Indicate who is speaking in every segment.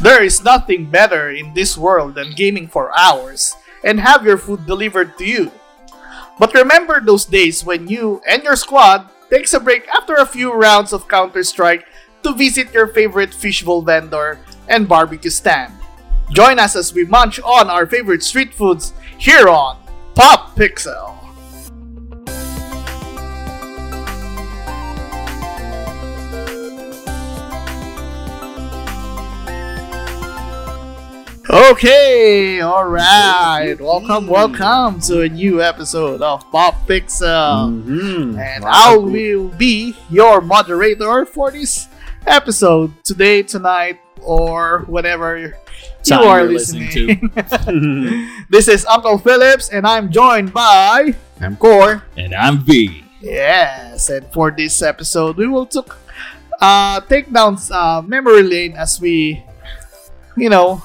Speaker 1: There is nothing better in this world than gaming for hours and have your food delivered to you. But remember those days when you and your squad takes a break after a few rounds of Counter-Strike to visit your favorite fishbowl vendor and barbecue stand. Join us as we munch on our favorite street foods here on Pop Pixel. Okay, all right. Welcome, welcome to a new episode of Pop Pixel.
Speaker 2: Mhm.
Speaker 1: And I
Speaker 2: Wow.
Speaker 1: will be your moderator for this episode today, tonight, or whenever you
Speaker 2: Time
Speaker 1: are
Speaker 2: you're
Speaker 1: listening.
Speaker 2: listening
Speaker 1: this is Uncle Phillips, and I'm joined by
Speaker 2: I'm
Speaker 1: Core.
Speaker 2: and I'm V.
Speaker 1: Yes, and for this episode, we will took uh, take down uh, memory lane as we, you know,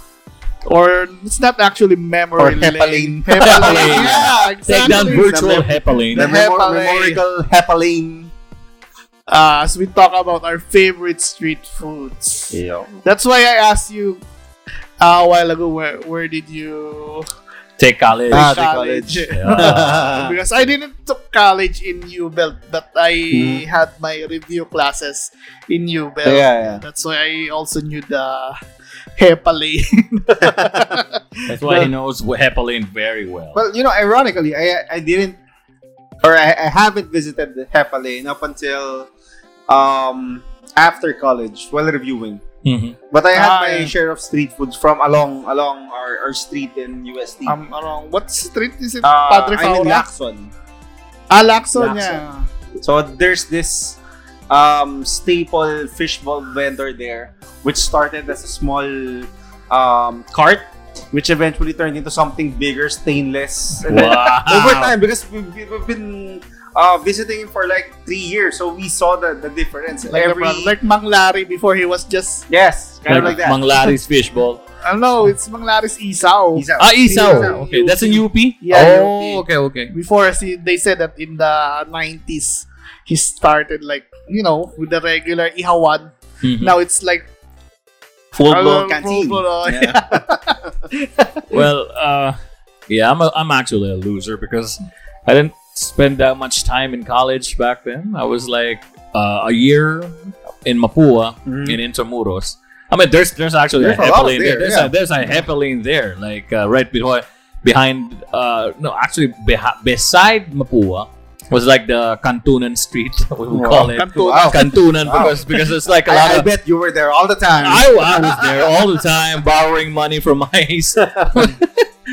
Speaker 1: or it's not actually memory
Speaker 3: Or HEPA
Speaker 1: lane.
Speaker 3: lane.
Speaker 1: HEPA lane.
Speaker 2: lane.
Speaker 1: yeah, exactly.
Speaker 2: Take down virtual
Speaker 3: Number-
Speaker 2: hepaline.
Speaker 3: The memor-
Speaker 1: Hepalane.
Speaker 3: memorial hepaline.
Speaker 1: uh, as we talk about our favorite street foods. That's why I asked you uh, a while ago where where did you
Speaker 2: Take college.
Speaker 3: Ah, the
Speaker 1: college?
Speaker 3: college. Ah.
Speaker 1: because I didn't took college in U Belt, but I had my review classes in U Belt.
Speaker 3: Hmm. yeah, yeah.
Speaker 1: That's why I also knew the Hepale.
Speaker 2: That's why he knows wh- hepaline very well.
Speaker 3: Well, you know, ironically, I I didn't or I, I haven't visited the hepaline up until um after college while reviewing.
Speaker 2: Mhm.
Speaker 3: But I had
Speaker 1: Ah,
Speaker 3: my
Speaker 1: yeah.
Speaker 3: share of street foods from along along our, our street in UST.
Speaker 2: Um,
Speaker 1: I'm wrong. Um, What street is it?
Speaker 3: Uh,
Speaker 1: Padre
Speaker 3: I'm in
Speaker 1: Paula?
Speaker 3: Lacson.
Speaker 1: Ah, Lacson,
Speaker 3: Lacson.
Speaker 1: yeah.
Speaker 3: So there's this um, staple fishbowl vendor there, which started as a small um, cart, which eventually turned into something bigger, stainless. And then
Speaker 2: Wow.
Speaker 3: over time, because we- we- we've been uh, visiting him for like three years, so we saw the, the difference.
Speaker 1: Like,
Speaker 3: Every,
Speaker 1: like Mang Larry before he was just
Speaker 3: yes, kind
Speaker 2: Like,
Speaker 3: of like that.
Speaker 2: Mang Larry's fishbowl.
Speaker 1: I don't know, it's Mang Laris Isaw.
Speaker 3: He's out.
Speaker 2: Ah, Isaw.
Speaker 1: Isaw.
Speaker 2: Okay, that's a UP?
Speaker 1: Yeah,
Speaker 2: oh,
Speaker 1: UP.
Speaker 2: okay, okay.
Speaker 1: Before see, they said that in the 90s, he started like, you know, with the regular Ihawan.
Speaker 3: Mm-hmm.
Speaker 2: Mhm.
Speaker 1: Now it's like
Speaker 3: Full
Speaker 1: uh,
Speaker 3: blown canteen.
Speaker 1: full-blown,
Speaker 3: Yeah.
Speaker 1: yeah.
Speaker 2: Well, uh, yeah, I'm, a, I'm actually a loser because I didn't spend that much time in college back then. I was like uh, a year in Mapua
Speaker 3: Mhm.
Speaker 2: in Intramuros. I mean, there's there's actually
Speaker 3: There's
Speaker 2: a
Speaker 3: a lot
Speaker 2: hepaline there.
Speaker 3: there,
Speaker 2: There's,
Speaker 3: yeah.
Speaker 2: a, there's a hepaline there, like uh, right behind, behind uh, no, actually behi- beside Mapua was like the Cantunan Street, we would
Speaker 3: Wow.
Speaker 2: call it.
Speaker 1: Canton.
Speaker 3: Wow.
Speaker 2: Cantunan
Speaker 3: Wow.
Speaker 2: because because it's like a lot
Speaker 3: I, I
Speaker 2: of
Speaker 3: bet you were there all the time
Speaker 2: I, I was there all the time borrowing money from my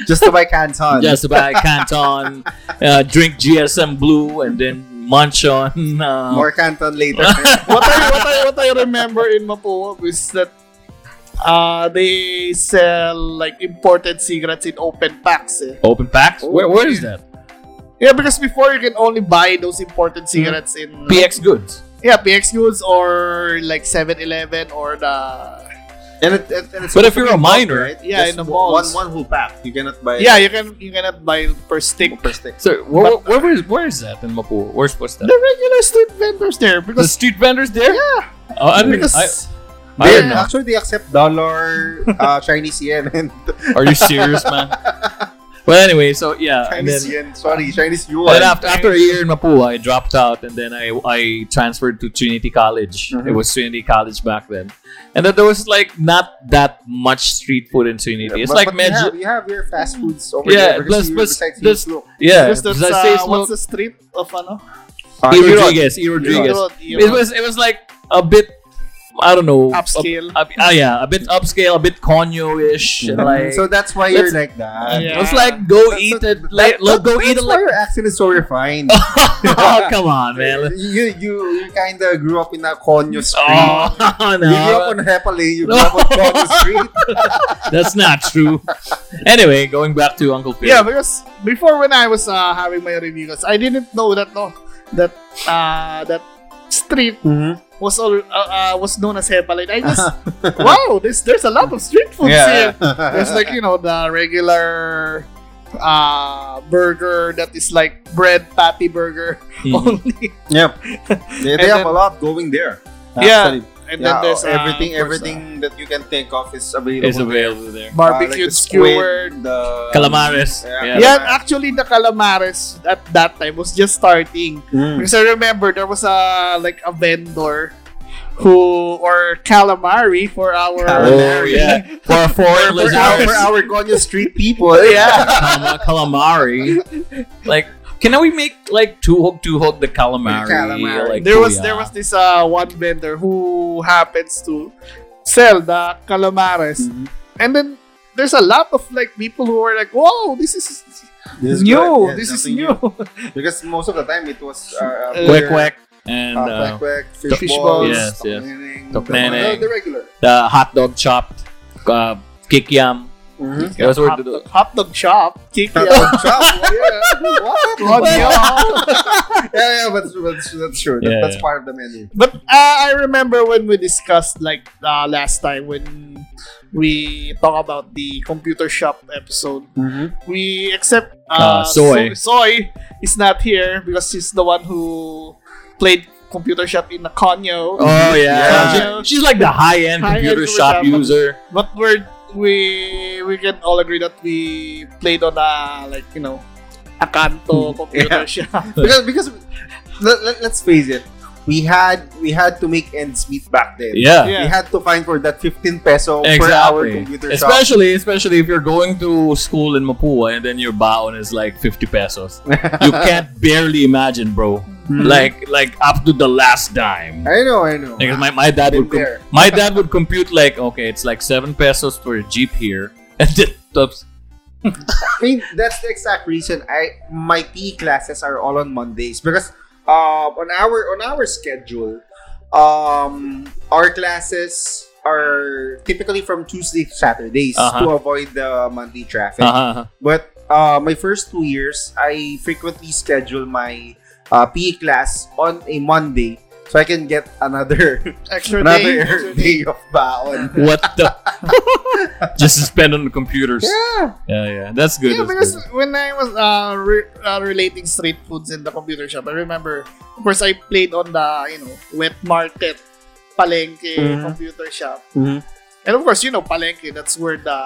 Speaker 3: just to buy canton.
Speaker 2: just buy Canton, uh, drink GSM Blue, and then munch on. Uh,
Speaker 3: More canton later.
Speaker 1: what, I, what, I, what I remember in Mapua is that uh, they sell like imported cigarettes in open packs. eh.
Speaker 2: Open packs?
Speaker 3: Oh,
Speaker 2: where, where is that?
Speaker 1: Yeah, because before you can only buy those imported
Speaker 3: Mm-hmm.
Speaker 1: cigarettes in
Speaker 2: PX Goods.
Speaker 1: yeah PX Goods or like 7-Eleven or the
Speaker 3: And it, it- and it's
Speaker 2: But if you're a
Speaker 3: open book,
Speaker 2: minor-
Speaker 1: Yeah, in the
Speaker 3: one-
Speaker 1: malls.
Speaker 3: One, one whole pack. You cannot buy
Speaker 1: yeah you can you cannot buy per stick.
Speaker 3: per stick.
Speaker 2: So where, where, where, is, where is that in Mapua? Where's what's that?
Speaker 1: The regular street vendors there
Speaker 2: The
Speaker 1: because
Speaker 2: street vendors there? Yeah. Oh, I didn't, I,
Speaker 1: because
Speaker 2: I
Speaker 3: They,
Speaker 2: didn't know.
Speaker 3: actually, they accept dollar, uh, Chinese yen, and
Speaker 2: Are you serious, man? Well, anyway, so yeah, and then,
Speaker 3: Chinese yen. Sorry, Chinese
Speaker 2: and
Speaker 3: yuan.
Speaker 2: then after, after a year in Mapua, I dropped out, and then I, I transferred to Trinity College.
Speaker 3: Mhm.
Speaker 2: It was Trinity College back then, and then there was like not that much street food in Trinity.
Speaker 3: Yeah,
Speaker 2: it's
Speaker 3: but- but
Speaker 2: like
Speaker 3: we
Speaker 2: medyo,
Speaker 3: have- We have your fast foods over
Speaker 2: Yeah,
Speaker 3: there. because
Speaker 2: plus-
Speaker 3: you-
Speaker 2: plus-
Speaker 3: besides
Speaker 2: plus-
Speaker 3: you look-
Speaker 2: Yeah,
Speaker 1: because that's,
Speaker 2: does I say
Speaker 1: uh,
Speaker 2: it's
Speaker 1: what's
Speaker 2: not-
Speaker 1: the strip of ano?
Speaker 2: E.
Speaker 3: Europe.
Speaker 2: Rodriguez, E. Rodriguez.
Speaker 1: Road, you
Speaker 2: It
Speaker 1: know,
Speaker 2: was it was like a bit, I don't know,
Speaker 1: upscale.
Speaker 2: A, a- ah, yeah, a bit upscale, a bit conyo-ish, and like
Speaker 3: so that's why you're
Speaker 2: Let's-
Speaker 3: like that.
Speaker 1: Yeah.
Speaker 2: it was like go
Speaker 3: That's-
Speaker 2: eat
Speaker 3: that-
Speaker 2: it, like
Speaker 3: that-
Speaker 2: go eat
Speaker 3: that's
Speaker 2: it.
Speaker 3: why
Speaker 2: Like,
Speaker 3: your accent is so refined.
Speaker 2: oh come on, man!
Speaker 3: you you, you kind of grew up in a conyo street.
Speaker 2: Oh
Speaker 3: You grew up
Speaker 2: no,
Speaker 3: on Hepalay. You grew
Speaker 2: No.
Speaker 3: up on conyo street.
Speaker 2: that's not true. Anyway, going back to Uncle Phil.
Speaker 1: Yeah, because before when I was uh, having my review, because I didn't know that no, that uh, that street was all uh, uh, was known as Hepaline. I just wow, there's there's a lot of street foods here. There's like you know the regular uh burger that is like bread patty burger
Speaker 2: Mhm.
Speaker 1: only.
Speaker 3: Yep.
Speaker 1: And
Speaker 3: They, they have
Speaker 1: then-
Speaker 3: a lot going there.
Speaker 1: Yeah.
Speaker 3: Actually.
Speaker 1: and
Speaker 3: Yeah,
Speaker 1: then there's uh,
Speaker 3: everything
Speaker 1: of course,
Speaker 3: everything that you can think of is available.
Speaker 2: It's available there.
Speaker 1: uh, barbecued skewer.
Speaker 3: the
Speaker 2: Calamares.
Speaker 3: Yeah.
Speaker 1: Yeah,
Speaker 2: Yeah.
Speaker 1: actually, the calamares at that time was just starting.
Speaker 3: Mm.
Speaker 2: Hmm.
Speaker 1: Because I remember there was a like a vendor who or calamari for our
Speaker 2: Oh, yeah. For a
Speaker 3: For,
Speaker 2: foreign
Speaker 3: our,
Speaker 2: lizards.
Speaker 3: for our Gonya Street people.
Speaker 1: Oh, Yeah.
Speaker 2: Calama- calamari. Like, can we make like tuhog tuhog the calamari?
Speaker 3: Calamari.
Speaker 2: Like,
Speaker 1: there was
Speaker 2: kuya?
Speaker 1: there was this uh one vendor who happens to sell the calamares
Speaker 3: Mhm.
Speaker 2: Hmm.
Speaker 1: and then there's a lot of like people who are like whoa this is
Speaker 3: This is
Speaker 1: new
Speaker 3: good. Yeah,
Speaker 1: this is
Speaker 3: something
Speaker 1: new
Speaker 3: Because most of the time it was uh,
Speaker 1: Uh,
Speaker 2: quack quack and
Speaker 3: uh,
Speaker 2: uh,
Speaker 3: quack, fish,
Speaker 1: fish
Speaker 3: balls,
Speaker 1: balls.
Speaker 2: Yes, yes.
Speaker 3: tokmeneng,
Speaker 2: Tokmeneng.
Speaker 3: the- the regular.
Speaker 2: the hot dog chopped uh, kikiam. Those were
Speaker 1: hot, dog,
Speaker 2: the-
Speaker 1: hot dog shop kick
Speaker 3: Hot
Speaker 1: yeah.
Speaker 3: dog chop, what? What?
Speaker 1: Hot dog.
Speaker 3: Yeah, yeah, but that's, that's true. That,
Speaker 2: Yeah,
Speaker 3: that's
Speaker 2: yeah.
Speaker 3: part of the menu.
Speaker 1: but uh, I remember when we discussed like uh, last time when we talk about the computer shop episode we except uh,
Speaker 2: Uh, Soy.
Speaker 1: So- Soy is not here because he's the one who played computer shop in Nakonyo.
Speaker 2: Oh yeah,
Speaker 1: Yeah.
Speaker 2: She- she's like the high end
Speaker 1: High-end
Speaker 2: computer shop
Speaker 1: shop.
Speaker 2: user.
Speaker 1: But we're we we can all agree that we played on a like you know a Kanto computer shop.
Speaker 3: Because because let, let, let's face it, we had we had to make ends meet back then.
Speaker 2: Yeah,
Speaker 1: Yeah.
Speaker 3: We had to find for that 15 peso per hour
Speaker 2: exactly.
Speaker 3: computer shop.
Speaker 2: Especially especially if you're going to school in Mapua and then your baon is like fifty pesos. you can't barely imagine, bro.
Speaker 1: Mm-hmm.
Speaker 2: Like like up to the last dime.
Speaker 3: Hmm. I know, I know.
Speaker 2: Because my, my dad
Speaker 3: Been
Speaker 2: would com-
Speaker 3: there.
Speaker 2: my dad would compute like okay, it's like seven pesos for a jeep here, and then tops-
Speaker 3: I mean, that's the exact reason I my PE classes are all on Mondays because uh, on our on our schedule, um, our classes are typically from Tuesday to Saturdays
Speaker 2: Uh-huh.
Speaker 3: to avoid the Monday traffic.
Speaker 2: uh-huh.
Speaker 3: But uh, my first two years, I frequently schedule my uh, PE class on a Monday so I can get another
Speaker 1: Extra day.
Speaker 3: another day of baon.
Speaker 2: what the just to spend on the computers.
Speaker 3: Yeah,
Speaker 2: Yeah, yeah, that's good.
Speaker 1: yeah,
Speaker 2: that's
Speaker 1: because
Speaker 2: good.
Speaker 1: when I was uh, re- uh, relating street foods in the computer shop, I remember, of course, I played on the you know wet market, palengke
Speaker 3: Mhm.
Speaker 2: Mm-hmm.
Speaker 1: computer shop.
Speaker 3: Mm-hmm.
Speaker 1: And of course, you know, Palenque, that's where the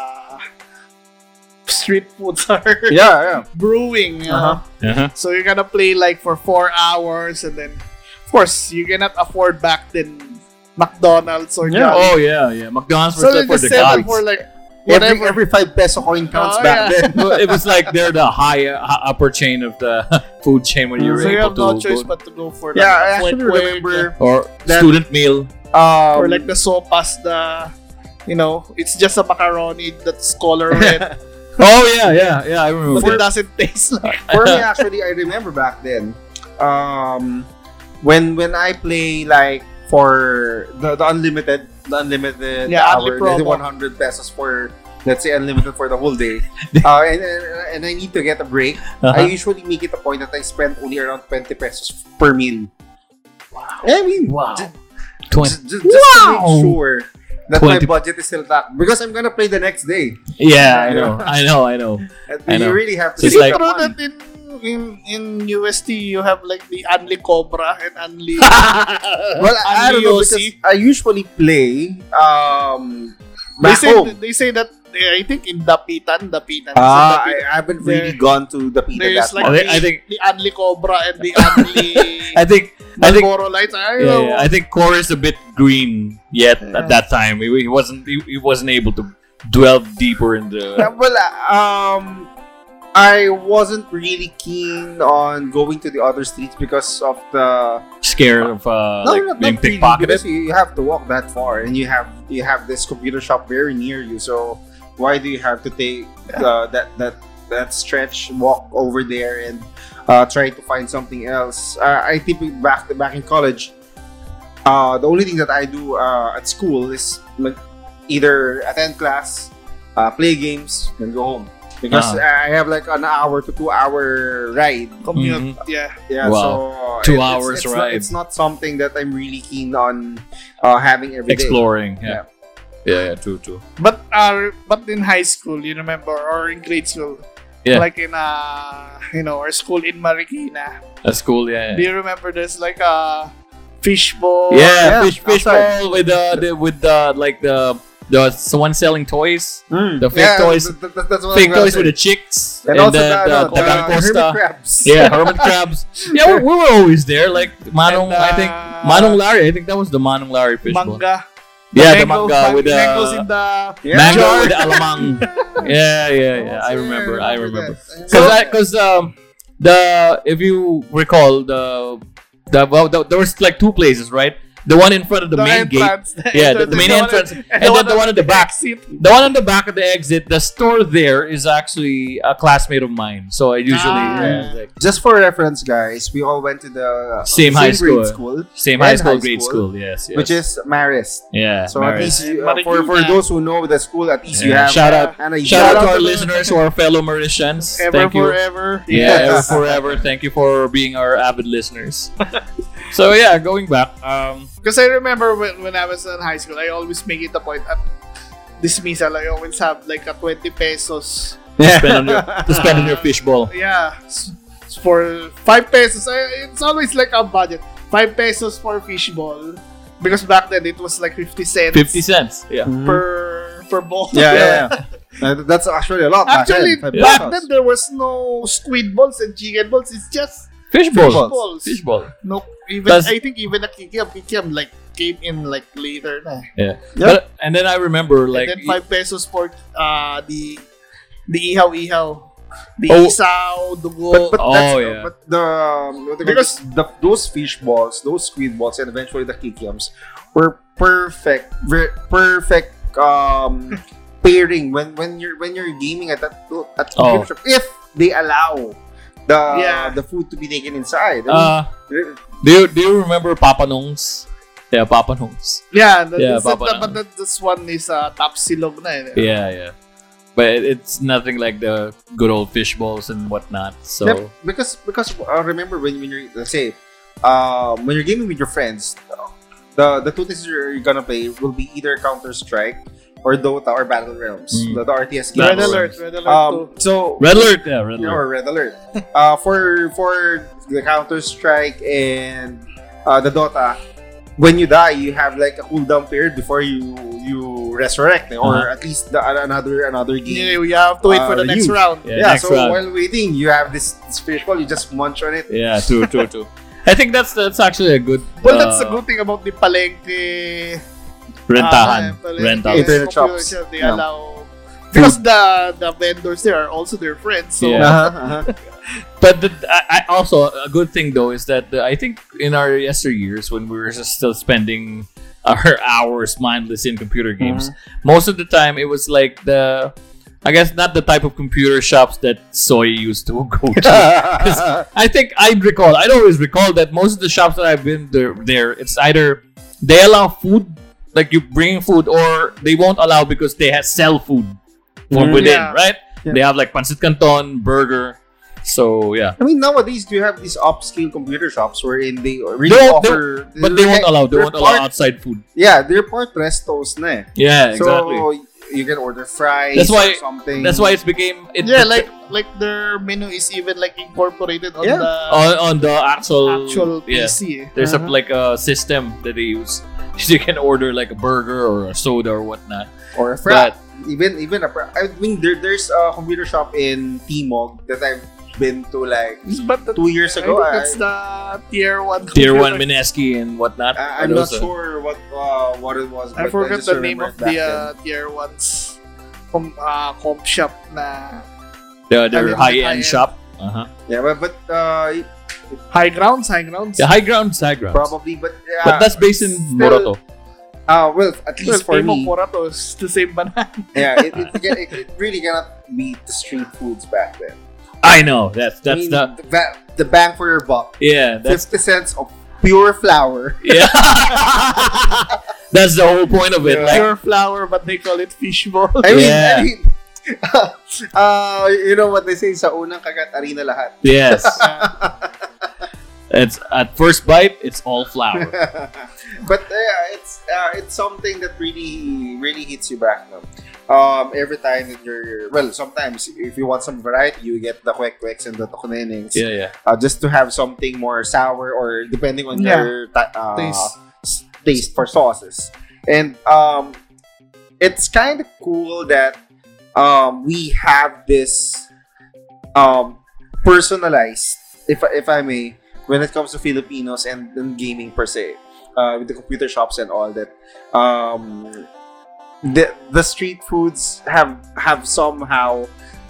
Speaker 1: street foods are
Speaker 3: yeah, yeah.
Speaker 1: brewing. you know.
Speaker 2: Uh-huh.
Speaker 1: So you're gonna play like for four hours, and then, of course, you cannot afford back then McDonald's or
Speaker 3: Yeah.
Speaker 1: Jollibee.
Speaker 2: Oh yeah, yeah. McDonald's
Speaker 1: So
Speaker 2: for
Speaker 1: they
Speaker 2: the, for
Speaker 1: just
Speaker 2: the
Speaker 1: settle
Speaker 2: gods.
Speaker 1: for like
Speaker 3: Every,
Speaker 1: whatever.
Speaker 3: every five peso coin counts
Speaker 1: Oh,
Speaker 3: back
Speaker 1: yeah.
Speaker 3: then.
Speaker 2: Well, it was like they're the higher hi- upper chain of the food chain when you were
Speaker 1: Mm, so you
Speaker 2: able
Speaker 1: have
Speaker 2: to
Speaker 1: no choice
Speaker 2: go-
Speaker 1: but to go for
Speaker 3: Yeah, I
Speaker 1: like,
Speaker 3: actually
Speaker 1: Fuetweg,
Speaker 3: remember.
Speaker 2: or
Speaker 3: That-
Speaker 2: student meal.
Speaker 3: Um,
Speaker 1: or like the sopas, the you know, it's just a macaroni that's color red,
Speaker 2: Oh yeah, yeah, yeah. I
Speaker 1: but it
Speaker 2: remember.
Speaker 1: doesn't taste like.
Speaker 3: for me actually I remember back then um when when I play like for the, the unlimited the unlimited
Speaker 1: Yeah,
Speaker 3: hour
Speaker 1: unli promo.
Speaker 3: the 100 pesos for let's say unlimited for the whole day uh, and, and and I need to get a break I
Speaker 2: Uh-huh.
Speaker 3: usually make it a point that I spend only around 20 pesos per meal wow I mean
Speaker 2: Wow.
Speaker 3: ju-
Speaker 2: Twen-
Speaker 3: ju- ju- just to
Speaker 2: Wow.
Speaker 3: make sure that my
Speaker 2: 20
Speaker 3: budget is still that because I'm gonna play the next day
Speaker 2: yeah, I know, I know, I know.
Speaker 3: and
Speaker 2: I
Speaker 3: you
Speaker 2: know.
Speaker 3: really have to
Speaker 2: It's
Speaker 3: save
Speaker 2: like-
Speaker 3: that
Speaker 1: True
Speaker 3: money.
Speaker 1: that in in in UST you have like the Unli Cobra and Unli.
Speaker 3: Well, I, I don't know
Speaker 1: Unli
Speaker 3: because
Speaker 1: OC.
Speaker 3: I usually play um
Speaker 1: they
Speaker 3: back
Speaker 1: say
Speaker 3: home.
Speaker 1: they say that eh, I think in Dapitan, Dapitan. is it
Speaker 3: Ah, I,
Speaker 1: Dapitan?
Speaker 3: I haven't really
Speaker 1: There-
Speaker 3: gone to the pita
Speaker 1: there's like
Speaker 3: that
Speaker 2: I
Speaker 3: much.
Speaker 2: think-
Speaker 1: the,
Speaker 2: I think-
Speaker 1: the Unli Cobra and the Unli
Speaker 2: I think, I think,
Speaker 1: Malboro lights. I don't
Speaker 2: yeah,
Speaker 1: know.
Speaker 2: yeah, I think Core is a bit green yet
Speaker 1: Yeah.
Speaker 2: at that time. He, he wasn't, he, he wasn't able to delve deeper in
Speaker 3: Yeah,
Speaker 2: the.
Speaker 3: well, um, I wasn't really keen on going to the other streets because of the
Speaker 2: scared of uh,
Speaker 3: no,
Speaker 2: like
Speaker 3: not,
Speaker 2: being
Speaker 3: not really,
Speaker 2: pickpocketed.
Speaker 3: because you, you have to walk that far, and you have you have this computer shop very near you. So why do you have to take uh, that that that stretch walk over there and uh, try to find something else? Uh, I typically back back in college. Uh, the only thing that I do uh, at school is mag- either attend class, uh, play games, and go home. Because
Speaker 2: Ah.
Speaker 3: I have like an hour to two hour ride
Speaker 2: Mm-hmm.
Speaker 1: Commute, yeah.
Speaker 3: yeah,
Speaker 2: Wow.
Speaker 3: so
Speaker 2: Two
Speaker 3: it's-
Speaker 2: hours
Speaker 3: it's, it's Not,
Speaker 2: ride.
Speaker 3: it's not something that I'm really keen on uh, having every day.
Speaker 2: exploring. Yeah. yeah, yeah, true, true.
Speaker 1: But uh, but in high school, you remember, or in grade school,
Speaker 2: Yeah.
Speaker 1: like in uh, you know, our school in Marikina.
Speaker 2: That's cool. Yeah,
Speaker 1: uh, Do you remember there's like a fishbowl.
Speaker 2: yeah, fish fish
Speaker 1: outside.
Speaker 2: bowl with uh, the with the like the the one selling toys,
Speaker 3: Mm.
Speaker 2: the fake
Speaker 1: Yeah,
Speaker 2: toys,
Speaker 1: th- th- th- that's what
Speaker 2: fake
Speaker 1: I'm gonna
Speaker 2: toys
Speaker 1: say.
Speaker 2: with the chicks,
Speaker 1: and, also the,
Speaker 2: then
Speaker 1: the, the, hermit
Speaker 2: langosta.
Speaker 1: crabs.
Speaker 2: Yeah, hermit crabs. Yeah, we, we were always there. Like Manong,
Speaker 1: And, uh,
Speaker 2: I think Manong Larry. I think that was the Manong Larry fish bowl.
Speaker 1: manga.
Speaker 2: Yeah, the
Speaker 1: mango-
Speaker 2: manga with uh, the
Speaker 1: mangoes in the
Speaker 3: Yeah.
Speaker 2: mango
Speaker 1: jar.
Speaker 2: with the alamang. Yeah, yeah, yeah. I remember. I remember.
Speaker 1: that.
Speaker 2: Cause, I, cause um, the if you recall the the, well, the there was like two places, right? The one in front of the, main gate,
Speaker 1: entrance, the
Speaker 2: yeah, the, the main
Speaker 1: one-
Speaker 2: entrance, and then the one at the back.
Speaker 1: exit.
Speaker 2: The one on the back of the exit, the store there is actually a classmate of mine, so I usually
Speaker 1: Ah.
Speaker 2: yeah, like,
Speaker 3: Just for reference, guys, we all went to the
Speaker 2: Same high
Speaker 3: grade
Speaker 2: school.
Speaker 3: school,
Speaker 2: same
Speaker 3: And
Speaker 2: high school,
Speaker 3: high
Speaker 2: grade
Speaker 3: school.
Speaker 2: school, yes, yes.
Speaker 3: which is Marist.
Speaker 2: yeah.
Speaker 3: So at
Speaker 2: Maris.
Speaker 3: least you,
Speaker 1: Marist.
Speaker 3: uh, for, for
Speaker 1: Marikina.
Speaker 3: those who know the school, at least you
Speaker 2: Yeah.
Speaker 3: have
Speaker 2: Shout out-
Speaker 3: and a
Speaker 2: Shout out to our
Speaker 1: the-
Speaker 2: listeners who are fellow Mauritians.
Speaker 1: Ever
Speaker 2: Thank you.
Speaker 1: forever.
Speaker 2: Yeah, ever forever. Thank you for being our avid listeners. so yeah, going back. Um,
Speaker 1: Because I remember when, when I was in high school, I always make it a point at this misa, I always have like a 20 pesos.
Speaker 2: to spend on your to spend on your fishbowl.
Speaker 1: Yeah, s- s- for 5 pesos. I, it's always like a budget. 5 pesos for fishball. Because back then it was like 50 cents
Speaker 2: Fifty cents. Yeah.
Speaker 1: per, per ball.
Speaker 3: Yeah, yeah, yeah. Uh, That's actually a lot. back
Speaker 1: Actually,
Speaker 3: then, five
Speaker 1: back
Speaker 3: pesos.
Speaker 1: then there was no squid balls and chicken balls. It's just
Speaker 2: Fishbowl.
Speaker 1: balls.
Speaker 2: Fishbowl.
Speaker 1: No, even
Speaker 2: Does-
Speaker 1: I think even a kikiam, kikiam like came in like later na.
Speaker 2: Yeah.
Speaker 3: Yeah.
Speaker 2: But, and then I remember like
Speaker 1: and then five pesos for uh the the ihaw ihaw, the
Speaker 2: Oh.
Speaker 1: isaw, dugo.
Speaker 3: But, but
Speaker 2: Oh,
Speaker 3: that's,
Speaker 2: yeah.
Speaker 3: but the, um, what they call
Speaker 1: Because-
Speaker 3: this, the those fish balls, those squid balls, and eventually the kikiams were perfect, ver- perfect um, pairing when when you're when you're gaming at that at the
Speaker 2: Oh.
Speaker 3: computer shop if they allow the
Speaker 1: Yeah.
Speaker 3: the food to be taken inside. I
Speaker 2: uh,
Speaker 3: mean,
Speaker 2: do you do you remember Papa Nongs? Yeah, Papa Nongs.
Speaker 1: yeah, that,
Speaker 2: Yeah,
Speaker 1: that's it,
Speaker 2: Papa
Speaker 1: but that, this one is uh, top silog na. eh.
Speaker 2: Yeah, yeah. But it- it's nothing like the good old fishbowls and whatnot. So
Speaker 3: Yep, because because uh, remember when when you're let's say um, when you're gaming with your friends, the the two things you're, you're gonna play will be either Counter Strike or Dota or Battle Realms,
Speaker 2: Mm.
Speaker 3: the, the RTS
Speaker 1: Red
Speaker 3: games.
Speaker 2: That
Speaker 1: alert, red alert.
Speaker 3: Um,
Speaker 1: too.
Speaker 3: so
Speaker 2: Red Alert. Yeah, Red
Speaker 3: yeah,
Speaker 2: Alert.
Speaker 3: or Red Alert. uh, for for the Counter Strike and uh, the Dota, when you die, you have like a cooldown period before you you resurrect, eh, or
Speaker 2: Uh-huh.
Speaker 3: at least the, another another game.
Speaker 1: Yeah, we have to wait for
Speaker 3: uh,
Speaker 1: the next
Speaker 3: you.
Speaker 1: round.
Speaker 2: Yeah,
Speaker 3: Yeah,
Speaker 2: next
Speaker 3: so
Speaker 2: round.
Speaker 3: while waiting, you have this, this fishbowl. You just munch on it.
Speaker 2: Yeah, true, true, true. I think that's that's actually a good.
Speaker 1: Well, that's the
Speaker 2: uh,
Speaker 1: good thing about the palengke.
Speaker 2: Rentahan,
Speaker 1: Ah, palengke
Speaker 2: rental.
Speaker 3: It's- Internet
Speaker 1: popular
Speaker 3: shops.
Speaker 1: shop, They
Speaker 3: Yeah.
Speaker 1: allow because the the vendors there are also their friends. So
Speaker 2: Yeah.
Speaker 3: Uh-huh, uh-huh.
Speaker 2: But the, I, I also a good thing though is that the, I think in our yesteryears when we were just still spending our hours mindless in computer games, most of the time it was like the, I guess not the type of computer shops that Soy used to go to. I think I recall. I'd always recall that most of the shops that I've been there, there it's either they allow food, like you bring food, or they won't allow because they have sell food from
Speaker 3: Mm.
Speaker 2: within,
Speaker 1: Yeah.
Speaker 2: right?
Speaker 3: Yeah.
Speaker 2: They have like pancit canton, burger. So yeah,
Speaker 3: I mean, nowadays do you have these upscale computer shops wherein they really
Speaker 2: They won't-
Speaker 3: offer,
Speaker 2: but they won't allow. They
Speaker 3: they're
Speaker 2: won't allow
Speaker 3: part-
Speaker 2: outside food.
Speaker 3: Yeah, they're part restos, na. eh.
Speaker 2: Yeah, exactly.
Speaker 3: So you can order fries.
Speaker 2: That's why-
Speaker 3: or something.
Speaker 2: That's why it's became it,
Speaker 1: yeah, like like their menu is even like incorporated on
Speaker 3: Yeah.
Speaker 1: the
Speaker 2: on, on the actual
Speaker 1: actual
Speaker 2: yeah.
Speaker 1: PC. eh.
Speaker 2: There's a
Speaker 3: Uh-huh.
Speaker 2: like a system that they use. You can order like a burger or a soda or whatnot.
Speaker 3: or a frat. even even a frat. I mean, there, there's a computer shop in Timog that I've been to like
Speaker 1: But the,
Speaker 3: two years
Speaker 1: I
Speaker 3: ago.
Speaker 1: think
Speaker 3: I,
Speaker 1: that's the tier one.
Speaker 2: Tier
Speaker 1: computer.
Speaker 2: one Mineski and whatnot.
Speaker 3: I, am
Speaker 2: Are
Speaker 3: not
Speaker 2: those, uh,
Speaker 3: sure what uh, what it was.
Speaker 1: I
Speaker 3: but
Speaker 1: forgot
Speaker 3: just
Speaker 1: the name of the
Speaker 3: remember it
Speaker 1: uh,
Speaker 3: back
Speaker 1: tier one's com, uh, comp shop na
Speaker 2: the, their
Speaker 1: mean,
Speaker 2: high
Speaker 1: high-end.
Speaker 2: end shop. Uh-huh.
Speaker 3: then. Yeah, but but uh, it-
Speaker 1: high grounds, high grounds.
Speaker 2: The high grounds, high grounds.
Speaker 3: probably but yeah.
Speaker 2: but that's based in
Speaker 3: still-
Speaker 2: Moroto.
Speaker 3: uh, well at
Speaker 1: Well,
Speaker 3: least for
Speaker 1: Timo
Speaker 3: me.
Speaker 1: Morato is the same banana.
Speaker 3: yeah, it, it, can- it, it really cannot beat the street foods back then.
Speaker 2: I know. That's
Speaker 3: I
Speaker 2: that's
Speaker 3: mean,
Speaker 2: the
Speaker 3: the ba- the bang for your buck.
Speaker 2: yeah. That's
Speaker 3: Fifty cents of pure flour.
Speaker 2: yeah. that's the whole point of it.
Speaker 3: Yeah.
Speaker 2: Like
Speaker 1: Pure flour, but they call it fishball.
Speaker 3: I mean,
Speaker 2: Yeah.
Speaker 3: I mean, uh, you know what they say, sa unang kagat, ari na lahat.
Speaker 2: yes, it's at first bite, it's all flour.
Speaker 3: but uh, it's uh, it's something that really really hits you back now. um, every time that you're well, sometimes if you want some variety, you get the kwek kweks and the tokonenings.
Speaker 2: Yeah, yeah.
Speaker 3: Uh, just to have something more sour or depending on
Speaker 1: Yeah.
Speaker 3: your ta- uh,
Speaker 1: Taste.
Speaker 3: s- taste for sauces. And um, it's kind of cool that um, we have this um, personalized, if if I may, when it comes to Filipinos and, and gaming per se, uh, with the computer shops and all that. Um, the, the street foods have have somehow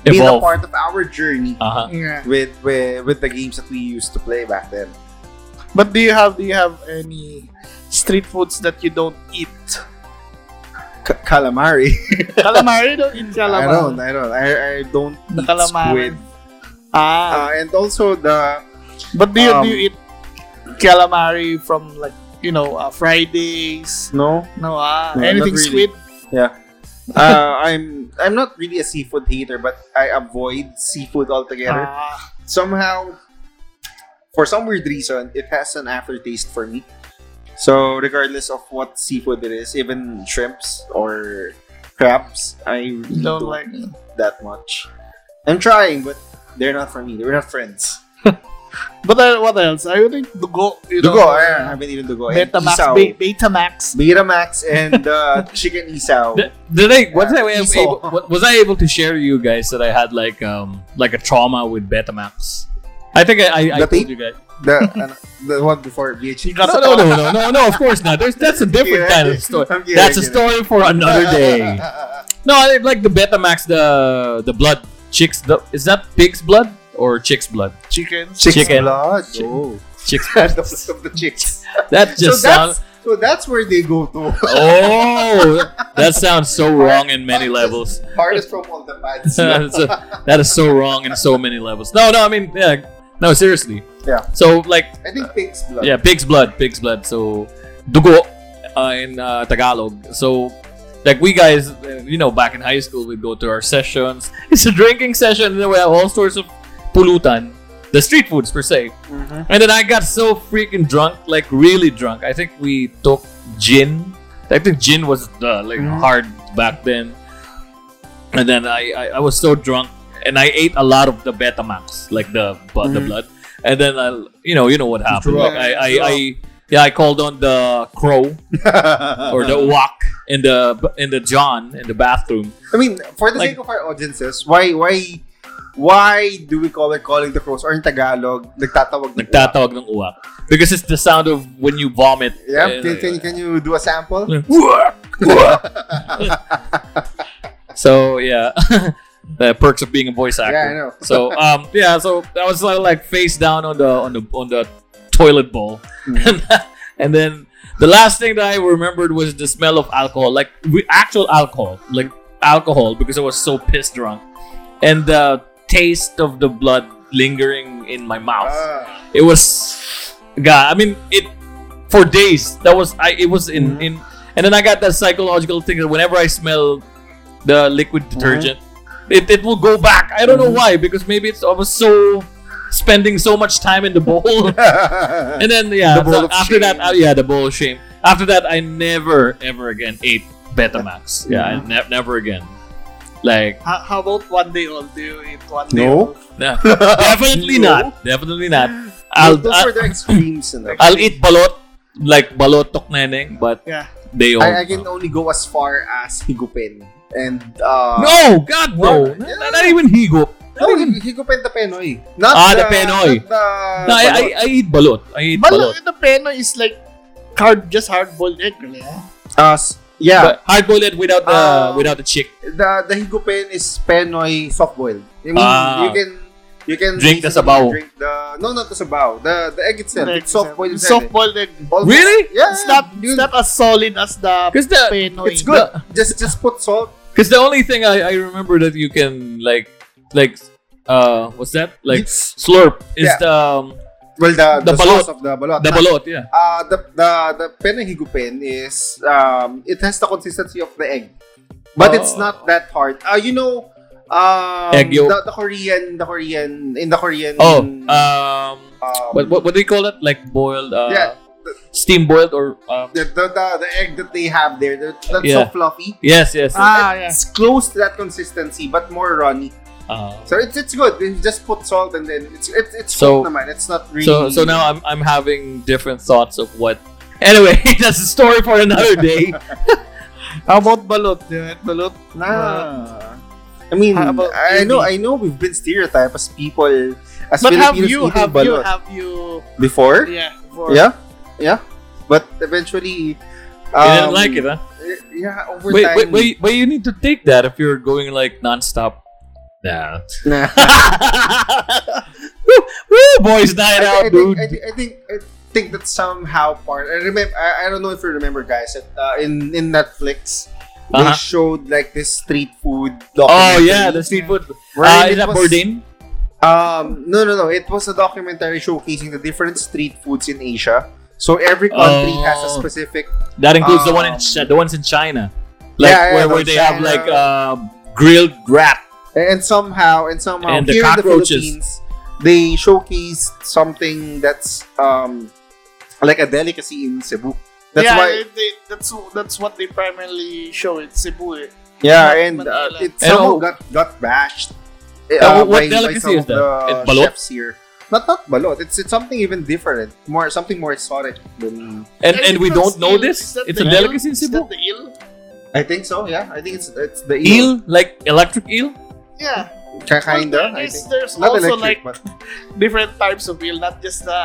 Speaker 3: been a
Speaker 2: Evolve.
Speaker 3: part of our journey
Speaker 2: Uh-huh.
Speaker 1: Yeah.
Speaker 3: with, with with the games that we used to play back then.
Speaker 1: But do you have do you have any street foods that you don't eat?
Speaker 3: Ca- calamari.
Speaker 1: calamari don't eat calamari.
Speaker 3: I don't. I don't. I, I don't
Speaker 1: The
Speaker 3: eat
Speaker 1: calamari.
Speaker 3: squid.
Speaker 1: Ah,
Speaker 3: Uh, and also the
Speaker 1: but do you do
Speaker 3: um,
Speaker 1: you eat calamari from like you know uh, Fridays?
Speaker 3: no.
Speaker 1: No, ah,
Speaker 3: No,
Speaker 1: anything
Speaker 3: not really.
Speaker 1: squid?
Speaker 3: Uh, I'm I'm not really a seafood hater, but I avoid seafood altogether.
Speaker 1: Ah,
Speaker 3: Somehow, for some weird reason, it has an aftertaste for me. So regardless of what seafood it is, even shrimps or crabs, I really
Speaker 1: don't like.
Speaker 3: eat that much. I'm trying, but they're not for me. We're not friends.
Speaker 1: But uh, what else? I would think dugo. You
Speaker 3: Dugo,
Speaker 1: know,
Speaker 3: I
Speaker 1: uh,
Speaker 3: haven't even dugo. And
Speaker 1: Betamax,
Speaker 3: isaw.
Speaker 1: Be- Betamax.
Speaker 3: Betamax and uh, chicken isaw.
Speaker 2: Did, did I was I
Speaker 3: Yeah,
Speaker 2: able,
Speaker 3: Esau.
Speaker 2: able wa- was I able to share you guys that I had like um like a trauma with Betamax? I think I, I,
Speaker 3: The
Speaker 2: I told
Speaker 3: tape?
Speaker 2: you guys.
Speaker 3: the ano, the one before E. VH.
Speaker 2: No, no, no, no, no, no. Of course not. There's that's a different kind of story. That's a story for another day. No, I like the Betamax, the the blood chicks. The, is that pig's blood or chick's blood?
Speaker 1: Chicken.
Speaker 2: Chicken.
Speaker 3: Chicken. Blood.
Speaker 2: Chick-
Speaker 3: Oh.
Speaker 2: Chick's.
Speaker 3: That's the first of the chicks.
Speaker 2: That just
Speaker 3: so
Speaker 2: sounds.
Speaker 3: that's so that's where they go to.
Speaker 2: Oh, that sounds so wrong in many levels.
Speaker 3: Hardest from all the bands.
Speaker 2: That's a- that is so wrong in so many levels. No, no. I mean, yeah. No, seriously.
Speaker 3: Yeah.
Speaker 2: So like.
Speaker 3: I think pig's blood.
Speaker 2: Yeah, pig's blood, pig's blood. So, dugo uh, in uh, Tagalog. So, like we guys, uh, you know, back in high school, we'd go to our sessions. It's a drinking session, and then we have all sorts of pulutan, the street foods per se.
Speaker 3: Mhm.
Speaker 2: And then I got so freaking drunk, like really drunk. I think we took gin. I think gin was uh, like hard back then. And then I, I, I was so drunk, and I ate a lot of the Betamax, like the bu- the blood. And then I, you know, you know what happened.
Speaker 3: threw up.
Speaker 2: Like, I, I, I, yeah, I called on the crow
Speaker 3: Uh-huh.
Speaker 2: or the wok and the and the John in the bathroom.
Speaker 3: I mean, for the
Speaker 2: Like-
Speaker 3: sake of our audiences, why why why do we call it calling the crows or in Tagalog nagtatawag ng uwak?
Speaker 2: Nagtatawag ng uwak because it's the sound of when you vomit.
Speaker 3: Yeah,
Speaker 2: And,
Speaker 3: can, can, you- can you do a sample?
Speaker 2: Like, "Uwak! Uwak!" so yeah, the perks of being a voice actor.
Speaker 3: Yeah, I know.
Speaker 2: So um, yeah, so I was like, like face down on the on the on the toilet bowl,
Speaker 3: Mm-hmm.
Speaker 2: and then the last thing that I remembered was the smell of alcohol, like re- actual alcohol, like alcohol, because I was so pissed drunk, and the taste of the blood lingering in my mouth.
Speaker 3: Ah.
Speaker 2: It was, God, I mean, it for days. That was I. It was in
Speaker 3: Mm-hmm.
Speaker 2: in, and then I got that psychological thing that whenever I smell the liquid
Speaker 3: Mm-hmm.
Speaker 2: detergent, it, it will go back. I don't know why, because maybe it's I was so spending so much time in the bowl, and then yeah,
Speaker 3: The bowl
Speaker 2: so
Speaker 3: of
Speaker 2: after that,
Speaker 3: shame.
Speaker 2: uh, yeah, the bowl of shame. After that, I never ever again ate Betamax. Yeah, I ne- never again. Like
Speaker 1: How, how about one day old? Do you eat one day
Speaker 3: No.
Speaker 1: old?
Speaker 2: nah, definitely
Speaker 3: No.
Speaker 2: not. Definitely not. I'll,
Speaker 3: Those
Speaker 2: I-
Speaker 3: were the extremes in that.
Speaker 2: I'll eat balot, like balot neneng, but
Speaker 1: Yeah.
Speaker 2: they all.
Speaker 3: I, I can only go as far as higupin. And, uh...
Speaker 2: no, God no,
Speaker 3: Yeah.
Speaker 2: not, not even higo.
Speaker 3: No, hi- higupin the penoy. Not
Speaker 2: Ah, the penoy.
Speaker 3: Not the...
Speaker 2: No, I, I, I eat balot. I eat
Speaker 1: But
Speaker 2: balot.
Speaker 1: look, the peno is like hard, just hard boiled egg, really. ah.
Speaker 3: Uh, s- yeah.
Speaker 2: But hard boiled without the
Speaker 3: Ah.
Speaker 2: without the chick.
Speaker 3: the, the higupin is penoy soft-boiled. I mean,
Speaker 2: Ah.
Speaker 3: you can... You can...
Speaker 2: Drink the
Speaker 3: basically
Speaker 2: sabaw.
Speaker 3: Drink the... No, not the sabaw. The, the egg itself.
Speaker 1: The egg
Speaker 3: it's soft-boiled.
Speaker 1: itself.
Speaker 3: inside
Speaker 1: Soft boiled egg.
Speaker 3: it. Almost-
Speaker 2: Really?
Speaker 3: Yeah.
Speaker 1: It's not,
Speaker 3: you-
Speaker 1: it's not as solid as the
Speaker 2: Because the
Speaker 1: penoy.
Speaker 3: It's good. Just just put salt.
Speaker 2: because the only thing I, I remember that you can like like uh what's that like
Speaker 3: It's-
Speaker 2: slurp is
Speaker 3: Yeah.
Speaker 2: the um,
Speaker 3: Well, the,
Speaker 2: The
Speaker 3: the,
Speaker 2: balot.
Speaker 3: sauce of the balot.
Speaker 2: the balot. Yeah.
Speaker 3: Uh, the the the penahigupin is um it has the consistency of the egg, but it's
Speaker 2: Oh.
Speaker 3: not that hard. Uh, you know, um,
Speaker 2: Egg yolk.
Speaker 3: The, the Korean, the Korean in the Korean.
Speaker 2: Oh, um,
Speaker 3: um,
Speaker 2: what, what what do you call it? Like boiled. Uh,
Speaker 3: yeah, the,
Speaker 2: steam boiled or um,
Speaker 3: The, the, the, the egg that they have there, that- that's
Speaker 2: Yeah.
Speaker 3: so fluffy.
Speaker 2: yes, yes.
Speaker 1: Ah, yeah.
Speaker 3: It's close to that consistency, but more runny.
Speaker 2: Uh,
Speaker 3: So it's it's good. You just put salt and then it's it's it's so,
Speaker 2: So-
Speaker 3: naman. It's not really.
Speaker 2: so so now I'm I'm having different thoughts of what. Anyway, that's a story for another day.
Speaker 1: How about balut? You know, balut?
Speaker 3: Nah. I mean,
Speaker 1: How about
Speaker 3: I, I
Speaker 1: eating?
Speaker 3: know I know we've been stereotyped as people as
Speaker 1: But have
Speaker 3: Filipinos
Speaker 1: you,
Speaker 3: eating
Speaker 1: have you,
Speaker 3: balot
Speaker 1: have you,
Speaker 3: before.
Speaker 1: yeah. for-
Speaker 3: Yeah, yeah. But eventually, um,
Speaker 2: you didn't like it, huh?
Speaker 3: eh, Yeah, over
Speaker 2: Wait,
Speaker 3: time.
Speaker 2: wait, wait, but you need to take that if you're going like nonstop. Nah.
Speaker 3: Nah.
Speaker 2: woo, woo, boys, night
Speaker 3: I,
Speaker 2: out,
Speaker 3: I, think,
Speaker 2: dude.
Speaker 3: I, think, I think I think that's somehow part. I remember. I, I don't know if you remember, guys. That uh, in in Netflix, they
Speaker 2: Uh-huh.
Speaker 3: showed like this street food.
Speaker 2: Oh yeah,
Speaker 3: documentary
Speaker 2: the street food.
Speaker 3: wherein
Speaker 2: Uh, is
Speaker 3: it
Speaker 2: that
Speaker 3: was-
Speaker 2: Bourdain?
Speaker 3: Um, no, no, no. It was a documentary showcasing the different street foods in Asia. So every country
Speaker 2: Oh.
Speaker 3: has a specific.
Speaker 2: That includes the one in
Speaker 3: Um,
Speaker 2: Chi- the ones in China,
Speaker 3: Yeah,
Speaker 2: like
Speaker 3: yeah,
Speaker 2: where,
Speaker 3: the
Speaker 2: where they have
Speaker 3: China.
Speaker 2: like uh, grilled rat.
Speaker 3: And somehow, and somehow,
Speaker 2: And the
Speaker 3: here in the
Speaker 2: cockroaches.
Speaker 3: Philippines, they showcase something that's um, like a delicacy in Cebu. That's
Speaker 1: yeah,
Speaker 3: why,
Speaker 1: they- they- that's that's what they primarily show in Cebu. eh.
Speaker 3: yeah,
Speaker 1: not
Speaker 3: and uh,
Speaker 1: Manila.
Speaker 3: it
Speaker 2: And
Speaker 3: somehow
Speaker 2: oh.
Speaker 3: got got bashed.
Speaker 2: Uh, what delicacy is that?
Speaker 3: the
Speaker 2: It- balot?
Speaker 3: chefs here. Not not balot. It's it's something even different. More something more exotic than
Speaker 2: And and, we
Speaker 1: it's
Speaker 2: don't
Speaker 1: not
Speaker 2: know
Speaker 1: eel.
Speaker 2: this.
Speaker 1: Is that
Speaker 2: It's a
Speaker 1: the
Speaker 2: delicacy
Speaker 1: eel?
Speaker 2: in
Speaker 1: Is that
Speaker 2: Cebu.
Speaker 1: the eel?
Speaker 3: I think so. Yeah, I think it's it's the eel,
Speaker 2: Eel, like electric eel.
Speaker 1: Yeah.
Speaker 3: kinda.
Speaker 1: Well,
Speaker 3: I
Speaker 1: there's,
Speaker 3: think.
Speaker 1: there's
Speaker 3: Not
Speaker 1: also
Speaker 3: electric,
Speaker 1: like
Speaker 3: but
Speaker 1: different types of eel, not just the.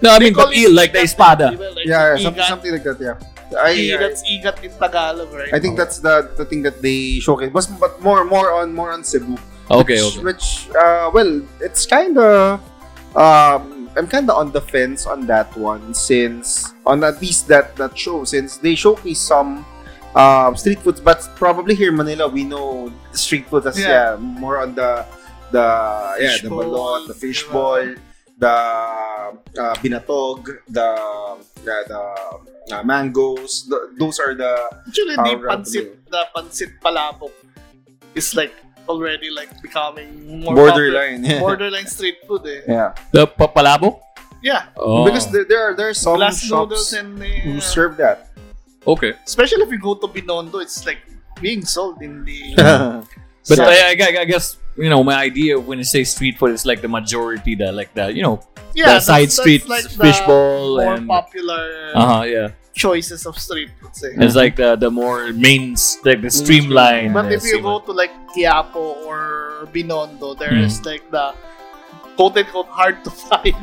Speaker 2: No, I mean
Speaker 1: Call
Speaker 2: but
Speaker 1: it
Speaker 2: eel, like the espada.
Speaker 1: Diba? Like
Speaker 3: yeah, yeah
Speaker 1: igat.
Speaker 3: something, something like that. Yeah, I,
Speaker 1: I,
Speaker 3: I,
Speaker 1: that's igat in Tagalog, right?
Speaker 3: I think that's the the thing that they showcase. But but more more on more on Cebu.
Speaker 2: Okay,
Speaker 3: Which-
Speaker 2: okay.
Speaker 3: Which uh, well, it's kind of um, I'm kind of on the fence on that one since on at least that that show since they showcase some. Um, street foods, but probably here in Manila we know street food as
Speaker 1: Yeah.
Speaker 3: yeah, more on the the yeah the
Speaker 1: Fishball,
Speaker 3: balot, the
Speaker 1: diba?
Speaker 3: fishball, the uh, binatog, the the, the uh, mangoes. The, those are the
Speaker 1: Actually,
Speaker 3: How
Speaker 1: the
Speaker 3: random
Speaker 1: pansit, the pansit palabok is like already like becoming more
Speaker 3: borderline.
Speaker 1: popular. borderline street food. Eh.
Speaker 3: yeah,
Speaker 2: The papalabo.
Speaker 1: Yeah,
Speaker 2: Oh.
Speaker 3: because there, there are there are some
Speaker 1: glass noodles
Speaker 3: shops
Speaker 1: and
Speaker 3: who
Speaker 1: eh,
Speaker 3: serve that.
Speaker 2: okay.
Speaker 1: especially if you go to Binondo, it's like being sold in the.
Speaker 2: But
Speaker 3: So-
Speaker 2: I, I, gu- I guess you know my idea of when you say street food is like the majority that like that you know
Speaker 1: yeah,
Speaker 2: the side
Speaker 1: that's-
Speaker 2: street
Speaker 1: that's like the
Speaker 2: fishbowl
Speaker 1: more
Speaker 2: and uh
Speaker 1: popular
Speaker 2: huh yeah
Speaker 1: choices of street foods. eh.
Speaker 2: it's like the the more main s- like the streamline.
Speaker 1: But if you go to like Quiapo or Binondo, there
Speaker 2: Hmm.
Speaker 1: is like the quote unquote hard to find.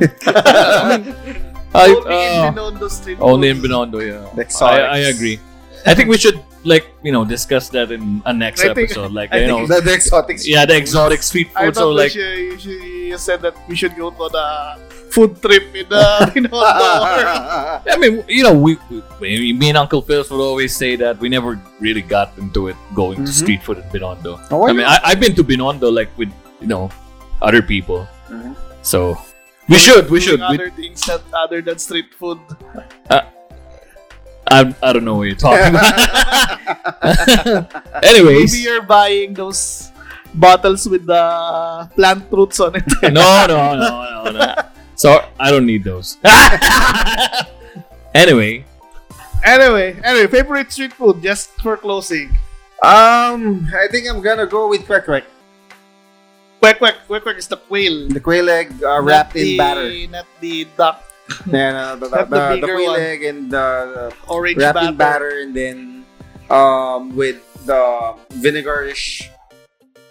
Speaker 1: only in Binondo street.
Speaker 2: uh, only in
Speaker 1: foods.
Speaker 2: Binondo yeah
Speaker 3: The exotics.
Speaker 2: I, I agree I think we should like you know discuss that in a next
Speaker 1: I think-
Speaker 2: episode like
Speaker 1: I
Speaker 2: you know
Speaker 1: think-
Speaker 3: The, the exotics.
Speaker 2: yeah the exotic street
Speaker 1: I
Speaker 2: food
Speaker 1: thought we
Speaker 2: so like
Speaker 1: should- you, should, you said that we should go to the food trip in the Binondo.
Speaker 2: I mean, you know, we, we, we me and Uncle Phil would always say that we never really got into it going to
Speaker 3: Mhm.
Speaker 2: street food in Binondo.
Speaker 3: Oh, why
Speaker 2: I mean, I, I've been to Binondo like with you know other people,
Speaker 3: Mhm.
Speaker 2: so we should we
Speaker 1: Doing
Speaker 2: should. We,
Speaker 1: other things that other than street food.
Speaker 2: I, I don't know what you're talking about. Anyways,
Speaker 1: Maybe you're buying those bottles with the plant roots on it.
Speaker 2: no, no, no, no, no. So I don't need those. anyway,
Speaker 1: anyway, anyway, favorite street food just for closing.
Speaker 3: Um, I think I'm gonna go with quack quack.
Speaker 1: Quick, quick, quick, quick is the quail.
Speaker 3: The quail egg uh,
Speaker 1: Not
Speaker 3: wrapped in
Speaker 1: the-
Speaker 3: batter.
Speaker 1: Not the duck
Speaker 3: Then uh, the, the,
Speaker 1: Not the
Speaker 3: the,
Speaker 1: bigger
Speaker 3: quail
Speaker 1: one.
Speaker 3: egg and the
Speaker 1: orange
Speaker 3: wrapped
Speaker 1: batter.
Speaker 3: in batter, and then um with the vinegarish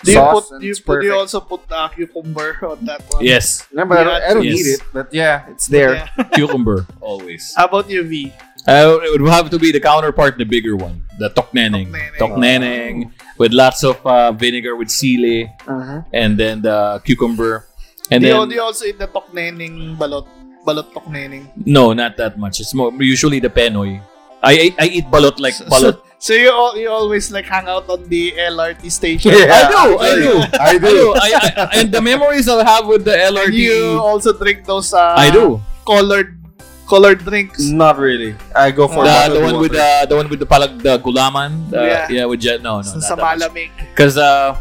Speaker 1: Do you
Speaker 3: sauce.
Speaker 1: put
Speaker 3: and
Speaker 1: do you,
Speaker 3: it's
Speaker 1: put, do you
Speaker 3: perfect.
Speaker 1: also put uh, cucumber on that one?
Speaker 2: yes,
Speaker 3: No, but I don't, I don't
Speaker 2: Yes.
Speaker 3: need it. But yeah, it's there.
Speaker 1: Yeah.
Speaker 2: cucumber always.
Speaker 1: How about you, V?
Speaker 2: Uh, it would have to be the counterpart, the bigger one, the tokneneng.
Speaker 1: Tokneneng.
Speaker 2: Tokneneng with lots of uh, vinegar with sili
Speaker 3: Uh-huh.
Speaker 2: and then the cucumber. And
Speaker 1: do, you,
Speaker 2: then
Speaker 1: do you also eat the tokneneng balot? Balot tokneneng.
Speaker 2: no, not that much. It's more usually the penoy. I I, I eat balot like
Speaker 1: So-
Speaker 2: balot.
Speaker 1: So you al- you always like hang out on the LRT station.
Speaker 3: Yeah,
Speaker 2: I do, I
Speaker 3: actually,
Speaker 2: do,
Speaker 3: I
Speaker 2: I do. I, I, and the memories I have with the
Speaker 1: And
Speaker 2: LRT.
Speaker 1: you also drink those uh,
Speaker 2: E. I do.
Speaker 1: colored colored drinks.
Speaker 3: Not really. I go for
Speaker 2: The,
Speaker 3: bottled
Speaker 2: the one with
Speaker 3: water.
Speaker 2: the the one with the palag the gulaman. The, yeah.
Speaker 1: Yeah.
Speaker 2: with jet. No, no.
Speaker 1: sa
Speaker 2: not
Speaker 1: sa
Speaker 2: that much.
Speaker 1: malamig.
Speaker 2: Because uh,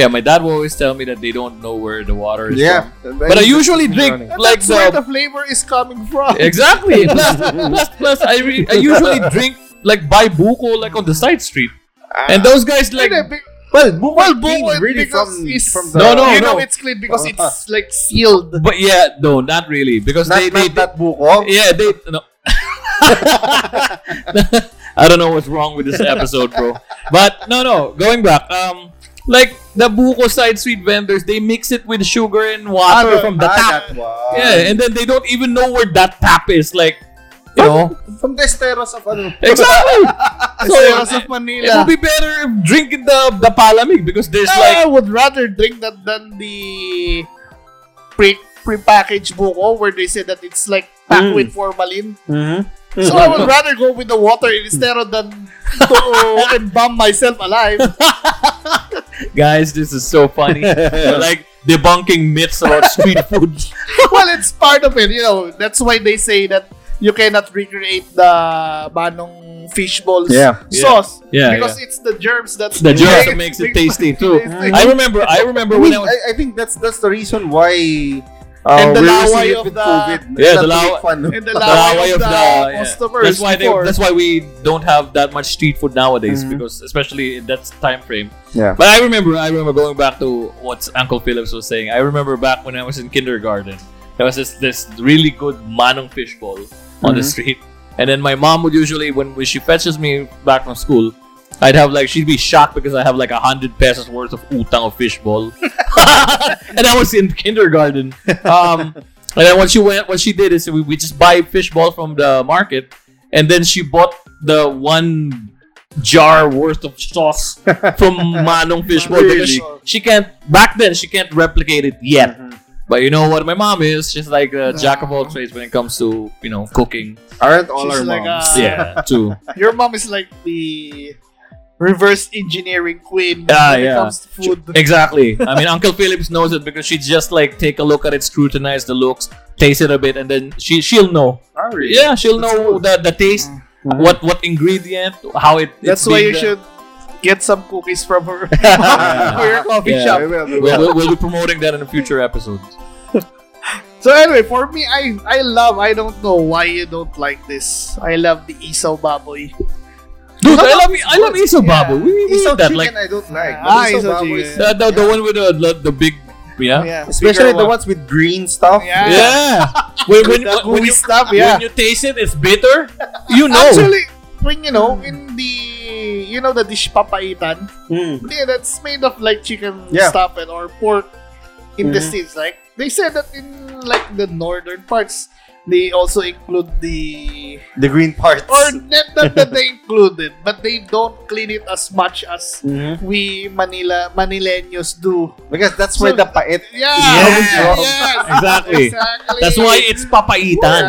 Speaker 2: Yeah, my dad will always tell me that they don't know where the water is
Speaker 4: Yeah.
Speaker 2: from. But I usually drink
Speaker 1: And
Speaker 2: like
Speaker 1: that's where the
Speaker 2: the
Speaker 1: flavor is coming from.
Speaker 2: Exactly. plus, plus, plus, I re- I usually drink like by buko like on the side street,
Speaker 4: Ah.
Speaker 2: and those guys like
Speaker 1: Hindi, be-
Speaker 4: Well, Buko
Speaker 1: well,
Speaker 4: is
Speaker 1: Buko
Speaker 4: clean
Speaker 1: is
Speaker 4: really
Speaker 1: because
Speaker 4: from,
Speaker 1: it's,
Speaker 4: from the.
Speaker 2: No, no,
Speaker 1: you
Speaker 2: no.
Speaker 1: know it's clean because it's like sealed.
Speaker 2: But yeah, no, not really because
Speaker 4: Not,
Speaker 2: they,
Speaker 4: not
Speaker 2: they,
Speaker 4: that Oh. Buko.
Speaker 2: yeah they no. I don't know what's wrong with this episode, bro. But no, no, going back, um, like the buko side sweet vendors, they mix it with sugar and water from the
Speaker 4: ah,
Speaker 2: tap.
Speaker 4: that one.
Speaker 2: Yeah, and then they don't even know where that tap is. Like, you know,
Speaker 4: From the esteros of ano.
Speaker 2: exactly. so
Speaker 1: Esteros of
Speaker 2: it would
Speaker 1: Manila.
Speaker 2: be better if drinking the the palamig because there's
Speaker 1: No,
Speaker 2: like
Speaker 1: I would rather drink that than the pre prepackaged buko where they say that it's like packed
Speaker 3: Mm.
Speaker 1: with formalin.
Speaker 3: Mm-hmm.
Speaker 1: So
Speaker 2: Mm.
Speaker 1: I would rather go with the water instead of than to embalm myself alive.
Speaker 2: guys, this is so funny. We're, like debunking myths about street food.
Speaker 1: well, it's part of it, you know. That's why they say that you cannot recreate the manong fishballs
Speaker 4: Yeah.
Speaker 1: sauce
Speaker 2: Yeah,
Speaker 1: because it's the germs that's
Speaker 2: The germs that makes it tasty too. I remember. I remember
Speaker 4: I,
Speaker 2: when
Speaker 4: mean,
Speaker 2: I was.
Speaker 4: I, I think that's that's the reason why.
Speaker 2: Oh,
Speaker 4: Uh,
Speaker 1: And the
Speaker 4: we're
Speaker 1: laway
Speaker 4: using it
Speaker 1: of
Speaker 4: with
Speaker 1: the-
Speaker 4: COVID. not
Speaker 2: Yeah,
Speaker 4: to
Speaker 2: the
Speaker 4: make
Speaker 2: law-
Speaker 4: fun of-
Speaker 1: and the
Speaker 2: the
Speaker 1: laway
Speaker 2: laway
Speaker 1: of, the,
Speaker 2: yeah.
Speaker 1: customers
Speaker 2: That's why they,
Speaker 1: before.
Speaker 2: that's why we don't have that much street food nowadays because especially in that time frame.
Speaker 4: Yeah.
Speaker 2: But I remember I remember going back to what Uncle Phillips was saying. I remember back when I was in kindergarten, there was this this really good manong fish bowl on the street. And then my mom would usually when she fetches me back from school, I'd have like she'd be shocked because I have like a hundred pesos worth of utang of fish bowl. and I was in kindergarten. Um and then what she went what she did is we, we just buy fish ball from the market and then she bought the one jar worth of sauce from Manong Fishbowl because she, she can't back then she can't replicate it yet.
Speaker 4: Mm-hmm.
Speaker 2: But you know what my mom is? She's like a jack of all trades when it comes to you know cooking.
Speaker 4: Aren't all
Speaker 1: She's
Speaker 4: our
Speaker 1: like,
Speaker 4: moms?
Speaker 1: uh,
Speaker 2: yeah, too.
Speaker 1: Your mom is like the reverse engineering queen
Speaker 2: Ah,
Speaker 1: when it
Speaker 2: yeah.
Speaker 1: comes to food.
Speaker 4: uh,
Speaker 2: Exactly. I mean, Uncle Phillips knows it because she just like take a look at it, scrutinize the looks, taste it a bit, and then she she'll know.
Speaker 4: Ah, really?
Speaker 2: Yeah, she'll know the, the taste, what what ingredient, how it.
Speaker 1: Uh-huh. That's
Speaker 2: it's
Speaker 1: why you
Speaker 2: being done.
Speaker 1: should get some cookies from her for your coffee
Speaker 2: Yeah.
Speaker 1: shop.
Speaker 4: We will, we will.
Speaker 2: We'll, we'll, we'll be promoting that in a future episode.
Speaker 1: So anyway, for me, I I love. I don't know why you don't like this. I love the isaw baboy.
Speaker 2: Dude, I love I love Iso
Speaker 1: Yeah.
Speaker 2: Babu. We, we need
Speaker 4: Isaw
Speaker 2: that
Speaker 4: chicken
Speaker 2: like
Speaker 4: I don't like.
Speaker 1: Ah,
Speaker 4: but
Speaker 1: isaw
Speaker 4: baboy
Speaker 1: chicken.
Speaker 4: is-
Speaker 2: the, the, the one with the, the, the big yeah
Speaker 1: Yeah,
Speaker 4: Especially
Speaker 1: bigger
Speaker 4: the
Speaker 1: one.
Speaker 4: ones with green stuff.
Speaker 1: Yeah.
Speaker 2: yeah. when, when,
Speaker 1: That
Speaker 2: when
Speaker 1: gooey
Speaker 2: you
Speaker 1: stuff. Yeah,
Speaker 2: when you taste it, it's bitter. You know.
Speaker 1: actually, when you know in the you know the dish papaitan,
Speaker 3: Mm.
Speaker 1: yeah, that's made of like chicken
Speaker 4: Yeah.
Speaker 1: stuff and or pork intestines. Like they said that in like the northern parts, they also include the
Speaker 4: The green parts.
Speaker 1: or not, not that they include it, but they don't clean it as much as
Speaker 3: Mm-hmm.
Speaker 1: we Manila Manileños do.
Speaker 4: because that's
Speaker 1: So-
Speaker 4: where the pait.
Speaker 1: Yeah,
Speaker 4: Yes.
Speaker 1: yes,
Speaker 2: Exactly.
Speaker 1: exactly.
Speaker 2: That's why it's papaitan.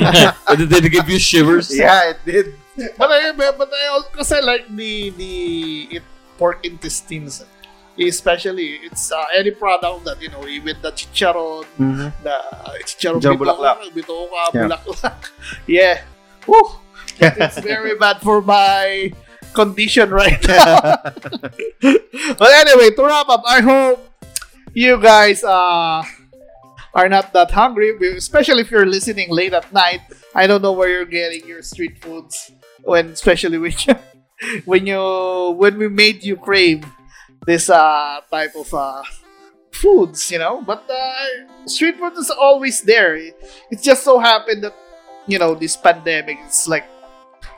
Speaker 1: Yeah.
Speaker 2: Did it give you shivers?
Speaker 4: Yeah, it did.
Speaker 1: But I but I also like the the it, pork intestines. Especially, it's uh, any product that you know, with the chicharon,
Speaker 4: Mhm.
Speaker 1: the uh, chicharon
Speaker 4: Chicharon
Speaker 1: bitoka, bitoka,
Speaker 4: Yeah.
Speaker 1: bulaklak. Yeah. Woo. it's very bad for my condition right now. but anyway, to wrap up, I hope you guys uh, are not that hungry, especially if you're listening late at night. I don't know where you're getting your street foods when, especially when you, when you when we made you crave this uh, type of uh, foods, you know. But uh, street food is always there. It just so happened that you know this pandemic it's like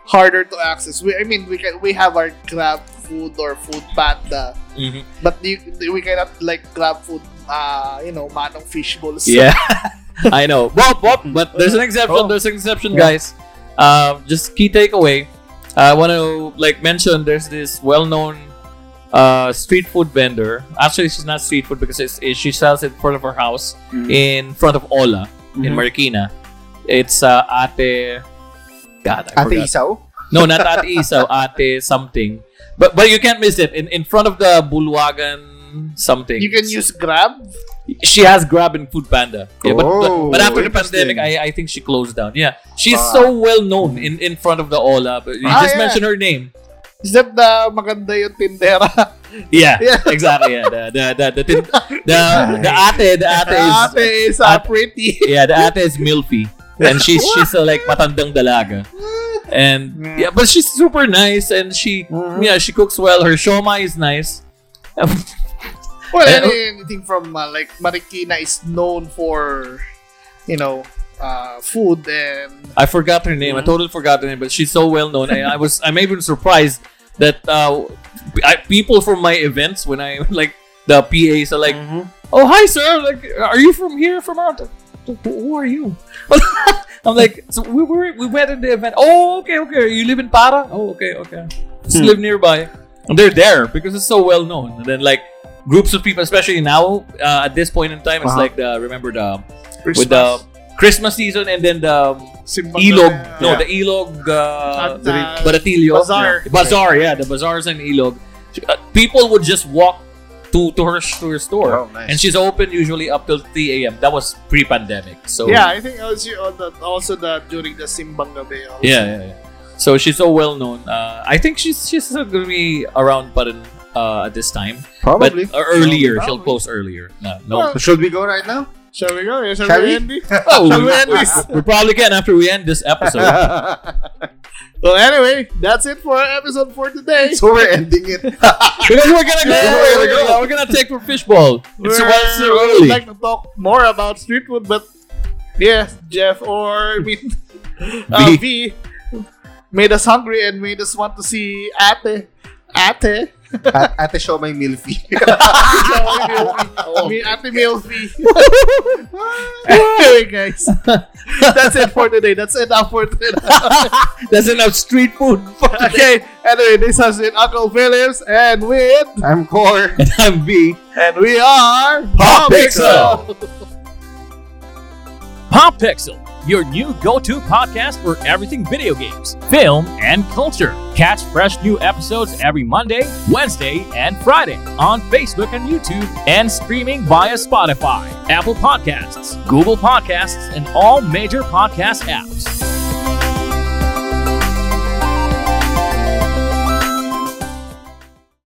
Speaker 1: harder to access. We, I mean, we can we have our Grab Food or Food Panda,
Speaker 2: Mhm.
Speaker 1: but you, we cannot like Grab Food. Uh, you know, manong fish balls.
Speaker 2: Yeah, I know. Well, well, but there's an exception.
Speaker 1: Oh.
Speaker 2: There's an exception, guys. Um, just key takeaway. I want to like mention there's this well-known uh, street food vendor. Actually, she's not street food because it's, it, she sells it in front of her house,
Speaker 1: Mm-hmm.
Speaker 2: in front of Ola in Marikina. It's uh, Ate. God, I
Speaker 4: Ate
Speaker 2: forgot.
Speaker 4: Isaw?
Speaker 2: No, not Ate Isaw, Ate something. But but you can't miss it in in front of the Bulwagan something.
Speaker 1: You can use Grab.
Speaker 2: She has Grab and Food Panda. Yeah, but, but,
Speaker 4: Oh,
Speaker 2: but after the
Speaker 4: interesting.
Speaker 2: pandemic, I, I think she closed down. Yeah, she's so well known in, in front of the Ola. But you
Speaker 1: Ah,
Speaker 2: just
Speaker 1: yeah.
Speaker 2: mentioned her name.
Speaker 1: Except na maganda yung tindera.
Speaker 2: Yeah,
Speaker 1: Yeah.
Speaker 2: exactly. Yeah, the the the the tin- the, the ate, the ate is
Speaker 1: Ate is uh, pretty.
Speaker 2: yeah, the ate is milfy, and she's she's uh, like matandang dalaga, and yeah, but she's super nice, and she yeah she cooks well. Her shoma is nice.
Speaker 1: Well,
Speaker 2: Eh,
Speaker 1: any- anything from uh, like Marikina is known for, you know, uh, food and
Speaker 2: I forgot her name. I totally forgot her name, but she's so well known. I, I was I'm even surprised that uh, I, people from my events when I like the PAs are like,
Speaker 3: Mm. Mm-hmm.
Speaker 2: "Oh hi sir, like are you from here from out? Who are you?" I'm like, so we were we went in the event. Oh okay okay, you live in Para? Oh okay okay, just live nearby. And they're there because it's so well known. And then like groups of people, especially now uh, at this point in time, it's
Speaker 3: Uh-huh.
Speaker 2: like the remember the with the Christmas season and then the
Speaker 1: Simbaga-
Speaker 2: Ilog. No,
Speaker 3: Yeah.
Speaker 2: the Ilog. Uh,
Speaker 1: At the
Speaker 2: Baratilio.
Speaker 1: bazaar.
Speaker 2: Yeah. Bazaar, yeah. The bazaars in Ilog. Uh, People would just walk to, to, her, to her store.
Speaker 4: Oh, nice.
Speaker 2: And she's open usually up till 3 a.m. That was pre pandemic. So,
Speaker 1: Yeah, I think also on the, oh, also the during the Simbang Gabi. also.
Speaker 2: Yeah, yeah, yeah. So she's so well known. Uh, I think she's she's still gonna be around, but uh, at this time,
Speaker 4: Probably.
Speaker 2: but uh, earlier she'll
Speaker 1: Probably.
Speaker 2: close earlier. No, no.
Speaker 1: Well,
Speaker 4: Oh, Should we go right now?
Speaker 1: Shall we go? Yeah, shall
Speaker 4: Shall
Speaker 1: we
Speaker 4: we?
Speaker 1: end it?
Speaker 2: Oh,
Speaker 1: shall
Speaker 2: we,
Speaker 1: we end
Speaker 2: we-
Speaker 1: this?
Speaker 2: we probably can after we end this episode.
Speaker 1: Well, anyway, that's it for our episode for today.
Speaker 4: so we're ending it.
Speaker 2: Because we're gonna go.
Speaker 1: Yeah,
Speaker 2: we're,
Speaker 1: we're
Speaker 2: gonna
Speaker 1: gonna
Speaker 2: go. We're gonna take for fishbowl. It's
Speaker 1: We're-
Speaker 2: once
Speaker 1: we
Speaker 2: too early.
Speaker 1: would like to talk more about street food, but yes, Jeff or me, uh, V made us hungry and made us want to see Ate. Ate.
Speaker 4: At, ate show my milfy.
Speaker 1: Me, Ate Milfi. anyway, guys, that's it for today. That's enough for today.
Speaker 2: That's enough street food.
Speaker 1: okay, anyway, this has been Uncle Phillips and with,
Speaker 4: I'm core.
Speaker 2: And I'm B.
Speaker 1: and we are
Speaker 2: Pop Pixel. Pop Pixel, your new go-to podcast for everything video games, film, and culture. Catch fresh new episodes every Monday, Wednesday, and Friday on Facebook and YouTube, and streaming via Spotify, Apple Podcasts, Google Podcasts, and all major podcast apps.